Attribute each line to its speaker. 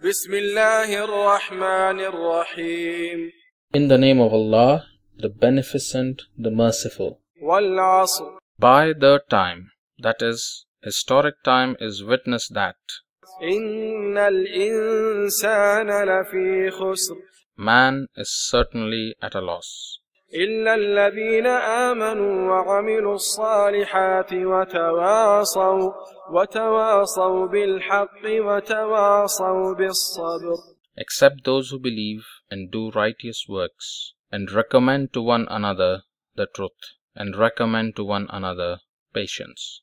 Speaker 1: بسم الله الرحمن الرحيم
Speaker 2: In the name of Allah, the Beneficent, the Merciful.
Speaker 1: والعصر
Speaker 2: By the time, that is, historic time, is witnessed that
Speaker 1: إن الإنسان لفي خسر
Speaker 2: man is certainly at a loss,
Speaker 1: إلا الذين آمنوا وعملوا الصالحات وتواصوا وتواصوا بالحق وتواصوا بالصبر
Speaker 2: except those who believe and do righteous works, and recommend to one another the truth, and recommend to one another patience.